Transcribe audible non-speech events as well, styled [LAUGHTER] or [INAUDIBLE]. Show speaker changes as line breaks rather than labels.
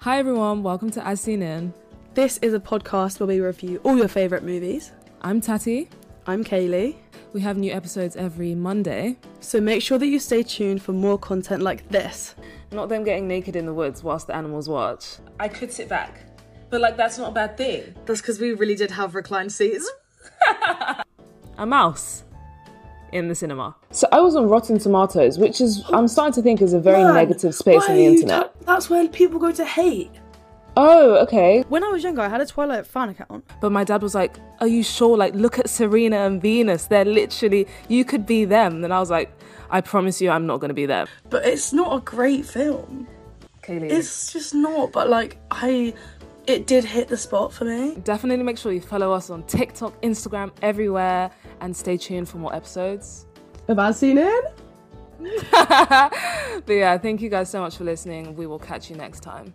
Hi everyone, welcome to As Seen In.
This is a podcast where we review all your favourite movies.
I'm Tati.
I'm Kaylee.
We have new episodes every Monday.
So make sure that you stay tuned for more content like this.
Not them getting naked in the woods whilst the animals watch. I could sit back, but like that's not a bad thing.
That's because we really did have reclined seats.
A mouse in the cinema. So I was on Rotten Tomatoes, which is I'm starting to think is a very negative space on the internet.
that's where people go to hate.
oh, okay.
When I was younger, I had a Twilight fan account.
But my dad was like, "Are you sure? Like, look at Serena and Venus. They're literally you could be them." And I was like, "I promise you, I'm not going to be them."
But it's not a great film.
Kaylee,
It's just not, but like, I. It did hit the spot for me.
Definitely make sure you follow us on TikTok, Instagram, everywhere, and stay tuned for more episodes. [LAUGHS]
Have I seen it?
But yeah, thank you guys so much for listening. We will catch you next time.